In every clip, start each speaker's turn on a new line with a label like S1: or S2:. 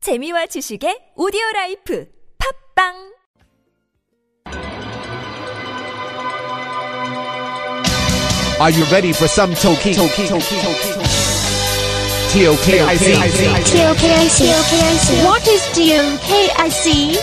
S1: 재미와 지식의 오디오 라이프 팝빵
S2: Are you ready for some Toki? Toki. Toki. TOKIC.
S3: TOKIC. What is TOKIC?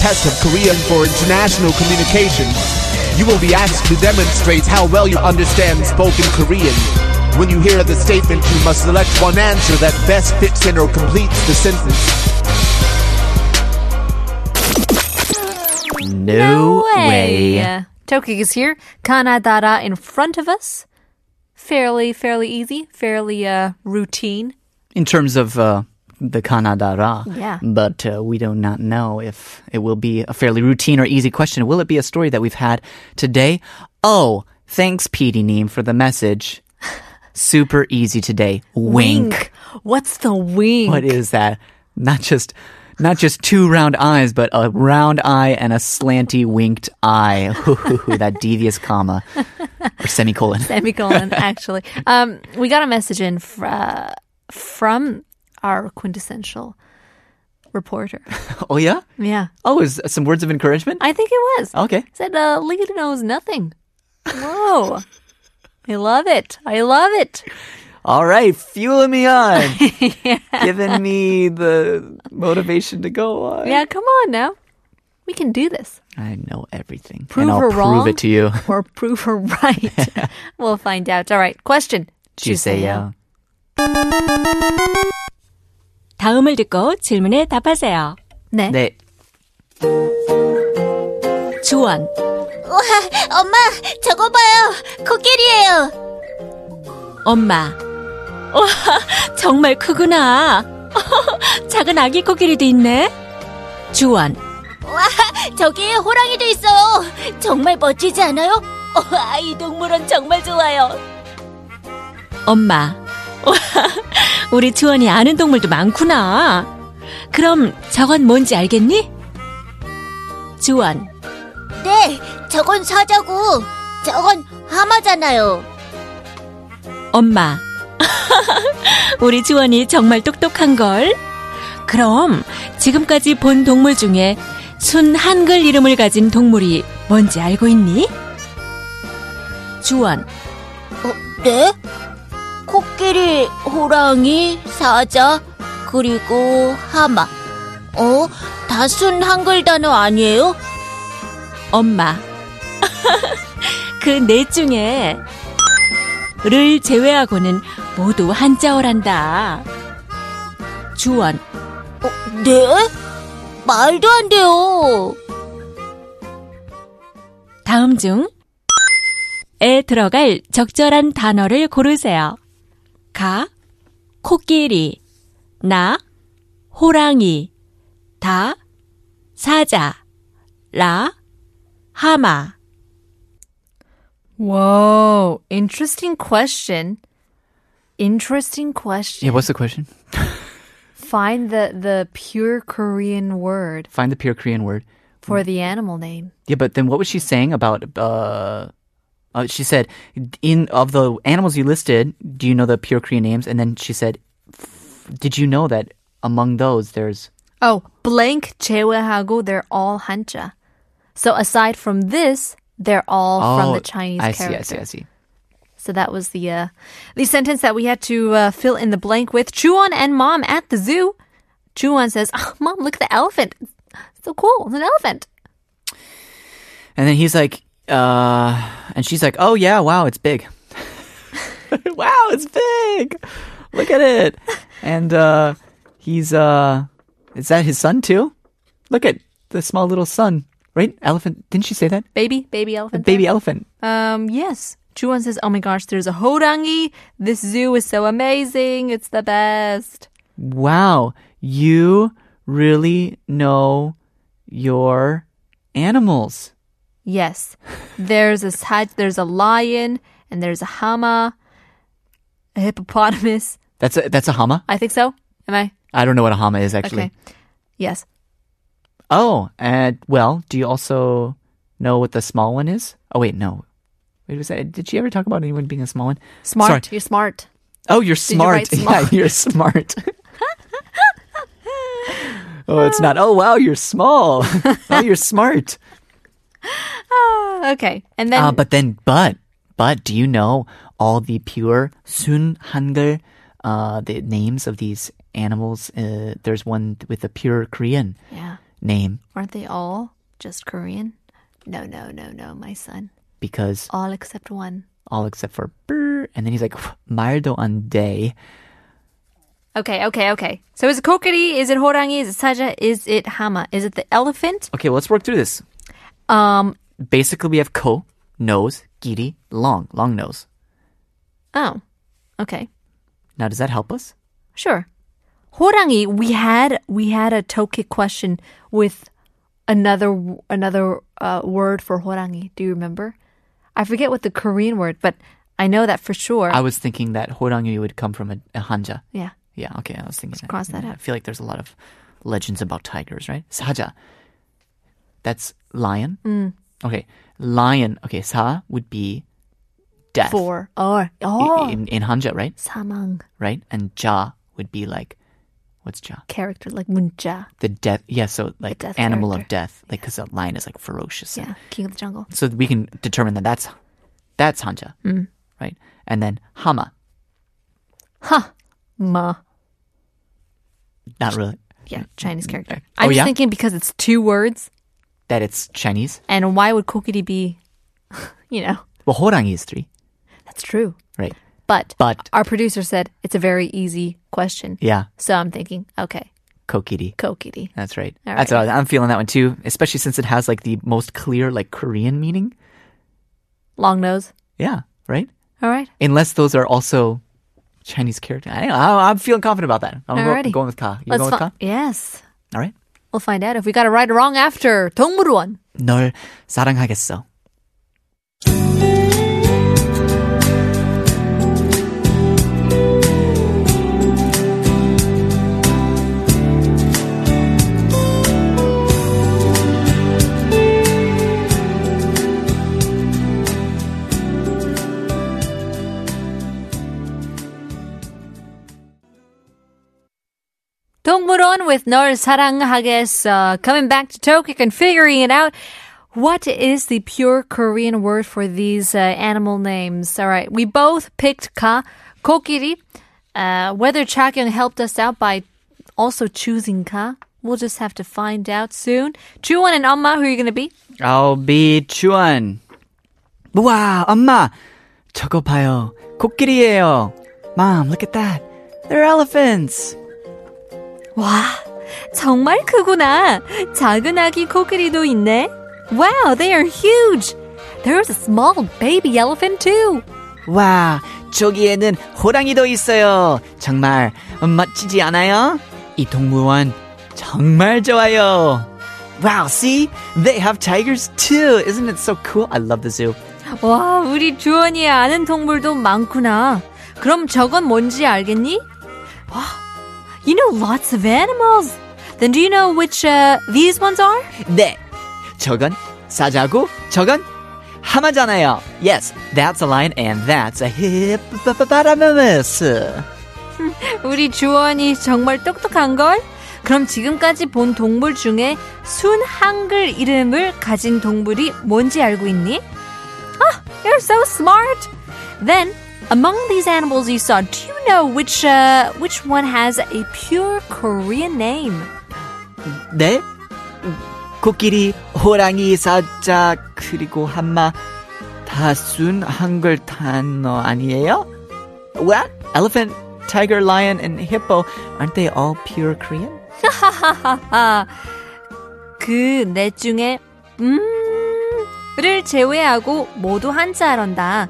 S2: Test of Korean for International Communication. You will be asked to demonstrate how well you understand spoken Korean. When you hear the statement, you must select one answer that best fits in or completes the sentence.
S4: No way. Tokik is here. Kanadara in front of us. Fairly, fairly easy. Fairly uh, routine.
S5: in terms of uh, the Kanadara.
S4: Yeah.
S5: But uh, we do not know if it will be a fairly routine or easy question. Will it be a story that we've had today? Oh, thanks, PD Neem, for the message. Super easy today. Wink.
S4: What's the wink?
S5: What is that? Not just. Not just two round eyes, but a round eye and a slanty winked eye. that devious comma or semicolon.
S4: Semicolon, actually. Um, we got a message in fr- uh, from our quintessential reporter.
S5: Oh yeah.
S4: Yeah.
S5: Oh, is some words of encouragement?
S4: I think it was.
S5: Okay.
S4: Said, uh, Lita knows nothing. Whoa. I love it. I love it.
S5: All right, fueling me on, giving me the motivation to go on.
S4: Yeah, come on now. We can do this.
S5: I know everything,
S4: Prove
S5: and I'll
S4: her
S5: prove
S4: wrong.
S5: it to you.
S4: or prove her right? we'll find out. All right. Question.
S5: 주세요.
S6: 다음을 듣고 질문에 답하세요.
S4: 네.
S5: 네,
S6: 주원,
S3: 와, 엄마, 저거 봐요. 코끼리예요.
S6: 엄마. 와, 정말 크구나. 작은 아기 코끼리도 있네. 주원,
S3: 와, 저기에 호랑이도 있어요. 정말 멋지지 않아요? 어, 이 동물원 정말 좋아요.
S6: 엄마. 와, 우리 주원이 아는 동물도 많구나. 그럼 저건 뭔지 알겠니? 주원,
S3: 네, 저건 사자고. 저건 하마잖아요.
S6: 엄마. 우리 주원이 정말 똑똑한 걸. 그럼 지금까지 본 동물 중에 순 한글 이름을 가진 동물이 뭔지 알고 있니? 주원,
S3: 어, 네? 코끼리, 호랑이, 사자, 그리고 하마. 어? 다순 한글 단어 아니에요?
S6: 엄마. 그
S3: 네
S6: 넷 중에 를 제외하고는 모두 한자어란다. 주원,
S3: 어, 네? 말도 안 돼요.
S6: 다음 중에 들어갈 적절한 단어를 고르세요. 가, 코끼리, 나, 호랑이, 다, 사자, 라, 하마.
S4: Whoa. Interesting question. Interesting question.
S5: yeah. What's the question?
S4: Find the, the pure Korean word
S5: Find the pure Korean word.
S4: for the animal name.
S5: Yeah, but then what was she saying about? Uh, uh, she said, "In of the animals you listed, do you know the pure Korean names?" And then she said, "F- "Did you know that among those there's
S4: Oh, blank 제외하고 they're all 한자. So aside from this, they're all from the Chinese
S5: Oh, I
S4: character.
S5: see, I see, I see.
S4: So that was the uh, the sentence that we had to uh, fill in the blank with. Chuan and mom at the zoo. Chuan says, oh, "Mom, look at the elephant. It's so cool. It's an elephant."
S5: And then he's like, uh, and she's like, oh yeah, wow, it's big. wow, it's big. Look at it. And, uh, he's, uh, is that his son too? Look at the small little son, right? Elephant. Didn't she say that?
S4: Baby, baby
S5: The
S4: elephant.
S5: baby elephant.
S4: Um, yes. Chuan says, "Oh my gosh, there's a horangi. This zoo is so amazing. It's the best."
S5: Wow. You really know your animals.
S4: Yes. There's a saj- there's a lion and there's a hama, a hippopotamus.
S5: That's a, that's a hama.
S4: I think so. Am I?
S5: I don't know what a hama is actually.
S4: Okay. Yes.
S5: Oh, and well, do you also know what the small one is? Oh wait, no. Wait, was that? Did she ever talk about anyone being a small one?
S4: Smart.
S5: Sorry.
S4: You're smart.
S5: Oh, you're
S4: you write
S5: smart. yeah, you're smart. Oh, it's not. Oh, wow, you're small. oh, you're smart.
S4: Okay. And then
S5: uh, but then, but, but, do you know all the pure Sun Hangul, uh, the names of these animals? Uh, there's one with a pure Korean
S4: yeah,
S5: name
S4: aren't they all just Korean? No, no, no, no, my son.
S5: because
S4: All except one.
S5: all except for brr, and then he's like 말도 안 돼.
S4: Okay, okay, okay. So is it kokiri? Is it horangi? Is it saja? Is it hama? Is it the elephant?
S5: Okay, well, let's work through this.
S4: Um.
S5: Basically, we have ko, nose, giri, long, long nose.
S4: Oh. Okay.
S5: Now, does that help us?
S4: Sure. Horangi, we had we had a Tokik question with another another uh, word for horangi. Do you remember? I forget what the Korean word, but I know that for sure.
S5: I was thinking that horangi would come from a, a hanja.
S4: yeah.
S5: Yeah, okay, I was thinking that.
S4: cross that
S5: Yeah,
S4: out.
S5: I feel like there's a lot of legends about tigers, right? Saja. That's lion.
S4: Mm.
S5: Okay, lion. Okay, sa would be death.
S4: Four or
S5: i-
S4: oh
S5: In, in Hanja, right?
S4: samang
S5: Right? And ja would be like, what's ja?
S4: character like munja.
S5: The death. Yeah, so like
S4: death
S5: animal of
S4: character.
S5: death. Like, because a lion is like ferocious. and-
S4: Yeah, king of the jungle.
S5: So we can determine that that's that's Hanja,
S4: Mm.
S5: right? And then Hama.
S4: Ma.
S5: Not really.
S4: Yeah, Chinese character.
S5: Oh,
S4: I was
S5: yeah?
S4: thinking because it's two words,
S5: That it's Chinese.
S4: and why would kokiri be? you know,
S5: Well, horangi is three,
S4: that's true.
S5: right?
S4: But
S5: But-
S4: our producer said it's a very easy question.
S5: Yeah,
S4: So I'm thinking, okay,
S5: kokiri.
S4: kokiri.
S5: That's right.
S4: All
S5: That's what I was, I'm feeling that one too, especially since it has like the most clear like Korean meaning.
S4: Long nose.
S5: Yeah, right.
S4: All right.
S5: Unless those are also Chinese character. I don't know. I- I'm feeling confident about that. I'm go-
S4: Alrighty.
S5: going with Ka. You
S4: Let's
S5: going with
S4: fi-
S5: Ka?
S4: Yes.
S5: All right.
S4: We'll find out if we got it right or wrong after 동물원.
S5: 널 사랑하겠어.
S4: 동물원 with 널 사랑하겠어. Coming back to Tokyo and figuring it out. What is the pure Korean word for these uh, animal names? All right. We both picked ka, kokiri. Uh, whether Chakyung helped us out by also choosing ka, we'll just have to find out soon. Chuan and Amma, who are you going to be?
S5: I'll be Chuan. 우와, 엄마! 저거 봐요. 코끼리예요. Mom, look at that. They're elephants.
S4: 와, 정말 크구나. 작은 아기 코끼리도 있네. Wow, they are huge. There's a small baby elephant too.
S5: 와, 저기에는 호랑이도 있어요. 정말 멋지지 않아요? 이 동물원 정말 좋아요. Wow, see? They have tigers too. Isn't it so cool? I love the zoo.
S4: 와, 우리 주원이 아는 동물도 많구나. 그럼 저건 뭔지 알겠니? 와, you know lots of animals. Then do you know which uh, these ones are?
S5: 네. 저건 사자고 저건 하마잖아요. Yes, that's a lion and that's a hippopotamus.
S4: 우리 주원이 정말 똑똑한 걸? 그럼 지금까지 본 동물 중에 순 한글 이름을 가진 동물이 뭔지 알고 있니? Ah, you're so smart. Then, among these animals you saw, do you know which uh, which one has a pure Korean name?
S5: 네? 코끼리, 호랑이, 사자, 그리고 한마 다순 한글 단어 아니에요? What? Elephant, tiger, lion, and hippo. Aren't they all pure Korean?
S4: 하하하하. 그넷 중에 음를 제외하고 모두 한자란다.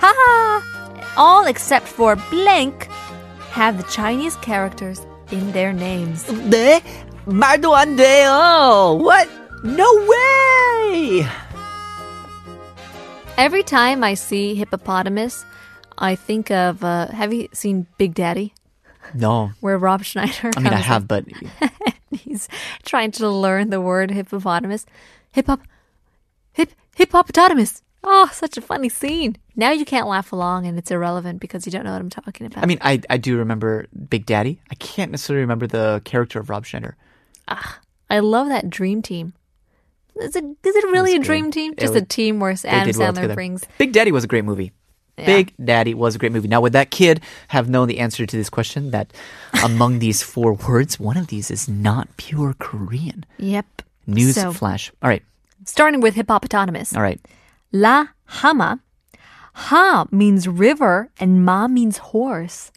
S4: 하하. All except for blank have the Chinese characters in their names.
S5: 네? 말도 안 돼요. What? No way!
S4: Every time I see hippopotamus, I think of uh, have you seen Big Daddy?
S5: No.
S4: Where Rob Schneider
S5: I mean, I
S4: comes
S5: have, but
S4: He's trying to learn the word hippopotamus. Hip hop, hip hippopotamus. Oh, such a funny scene. Now you can't laugh along, and it's irrelevant because you don't know what I'm talking about.
S5: I mean, I, I do remember Big Daddy. I can't necessarily remember the character of Rob Schneider.
S4: Ah, I love that dream team. Is it is it really a
S5: good.
S4: dream team?
S5: It
S4: Just
S5: was-
S4: a team where
S5: They
S4: Adam
S5: did well
S4: Sandler
S5: together.
S4: brings.
S5: Big Daddy was a great movie.
S4: Yeah.
S5: Big Daddy was a great movie. Now, would that kid have known the answer to this question that among these four words, one of these is not pure Korean?
S4: Yep.
S5: News
S4: So,
S5: flash. All right.
S4: starting with hippopotamus.
S5: All right.
S4: La Hama. Ha means river and ma means horse.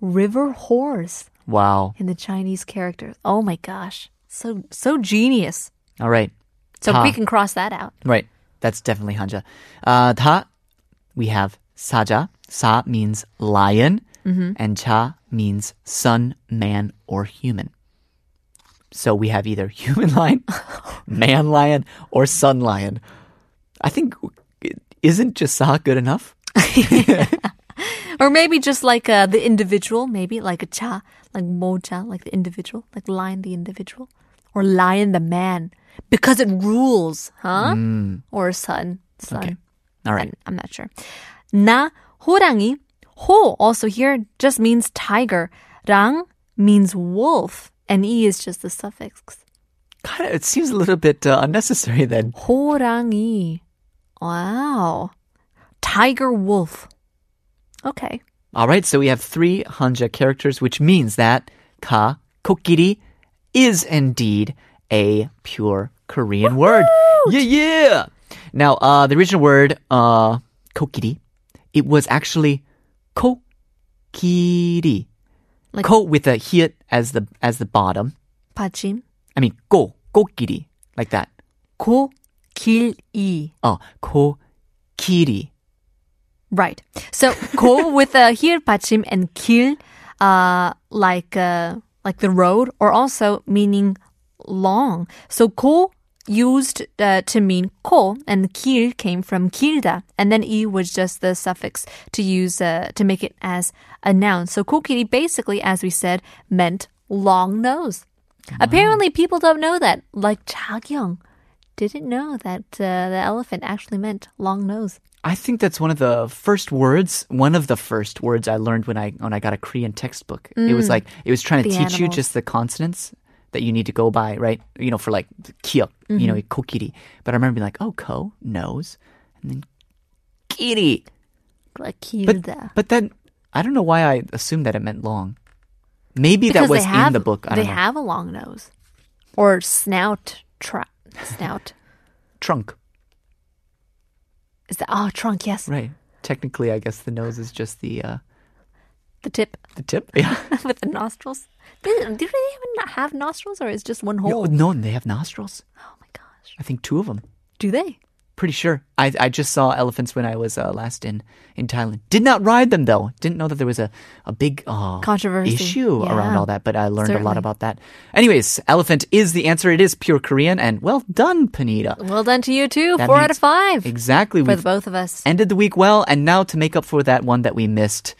S4: River horse
S5: Wow.
S4: in the Chinese characters. Oh my gosh. So so genius.
S5: All right.
S4: So
S5: Ha.
S4: we can cross that out.
S5: Right. That's definitely Hanja. Uh, 다, we have 사자. 사 means lion. And 자 means son, man, or human. So we have either human lion, man lion, or sun lion. I think, isn't just 사 good enough?
S4: Or maybe just like uh, the individual, maybe like a cha, like mocha, like the individual, like lion the individual, or lion the man, because it rules, huh? Or sun, sun.
S5: All right.
S4: I'm not sure. Na 호랑이. 호 also here just means tiger. 랑 means wolf, and e is just the suffix.
S5: Kind of, it seems a little bit uh, unnecessary then.
S4: 호랑이. Wow. Tiger wolf. Okay.
S5: All right, so we have three Hanja characters, which means that ka kokiri is indeed a pure Korean word. Yeah, yeah. Now, uh, the original word uh, kokiri, it was actually kokiri,
S4: Like-
S5: ko with a hit as the as the bottom.
S4: 받침.
S5: I mean, go kokiri like that.
S4: 고, 길, 이.
S5: Oh, kokiri.
S4: Right. So go with a here 받침 and 길, uh, like uh, like the road, or also meaning long. So ko used uh, to mean ko, and 길 came from 길다, and then e was just the suffix to use uh, to make it as a noun. So kokiri basically, as we said, meant long nose. Apparently, people don't know that. Like Chagyong didn't know that uh, the elephant actually meant long nose.
S5: I think that's one of the first words, one of the first words I learned when I when I got a Korean textbook. It was like it was trying to
S4: Mm. The
S5: teach you
S4: animals.
S5: just the consonants that you need to go by, right? You know, for like kiok, you know,
S4: Mm-hmm.
S5: kokiri. But I remember being like, oh, ko nose, and then kiri.
S4: Like
S5: But
S4: 길다.
S5: but then I don't know why I assumed that it meant long. Maybe that
S4: because
S5: was
S4: they have,
S5: in the book. I
S4: they
S5: don't know.
S4: have a long nose or snout. Tra- snout
S5: Trunk,
S4: is the oh trunk. Yes,
S5: right? Technically, I guess the nose is just the uh,
S4: the tip
S5: the tip. Yeah.
S4: with the nostrils. Do do they even not have nostrils or is just one
S5: No,
S4: hole?
S5: no, they have nostrils.
S4: Oh my gosh,
S5: I think two of them.
S4: do they?
S5: Pretty sure. I, I just saw elephants when I was uh, last in, in Thailand. Did not ride them though. Didn't know that there was a, a big uh,
S4: Controversy.
S5: issue around
S4: Yeah.
S5: all that, but I learned a lot
S4: Certainly.
S5: about that. Anyways, elephant is the answer. It is pure Korean, and well done, Panita.
S4: Well done to you too.
S5: That
S4: Four
S5: means-
S4: out of five
S5: Exactly.
S4: for
S5: We've
S4: the both of us.
S5: ended the week well, and now to make up for that one that we missed,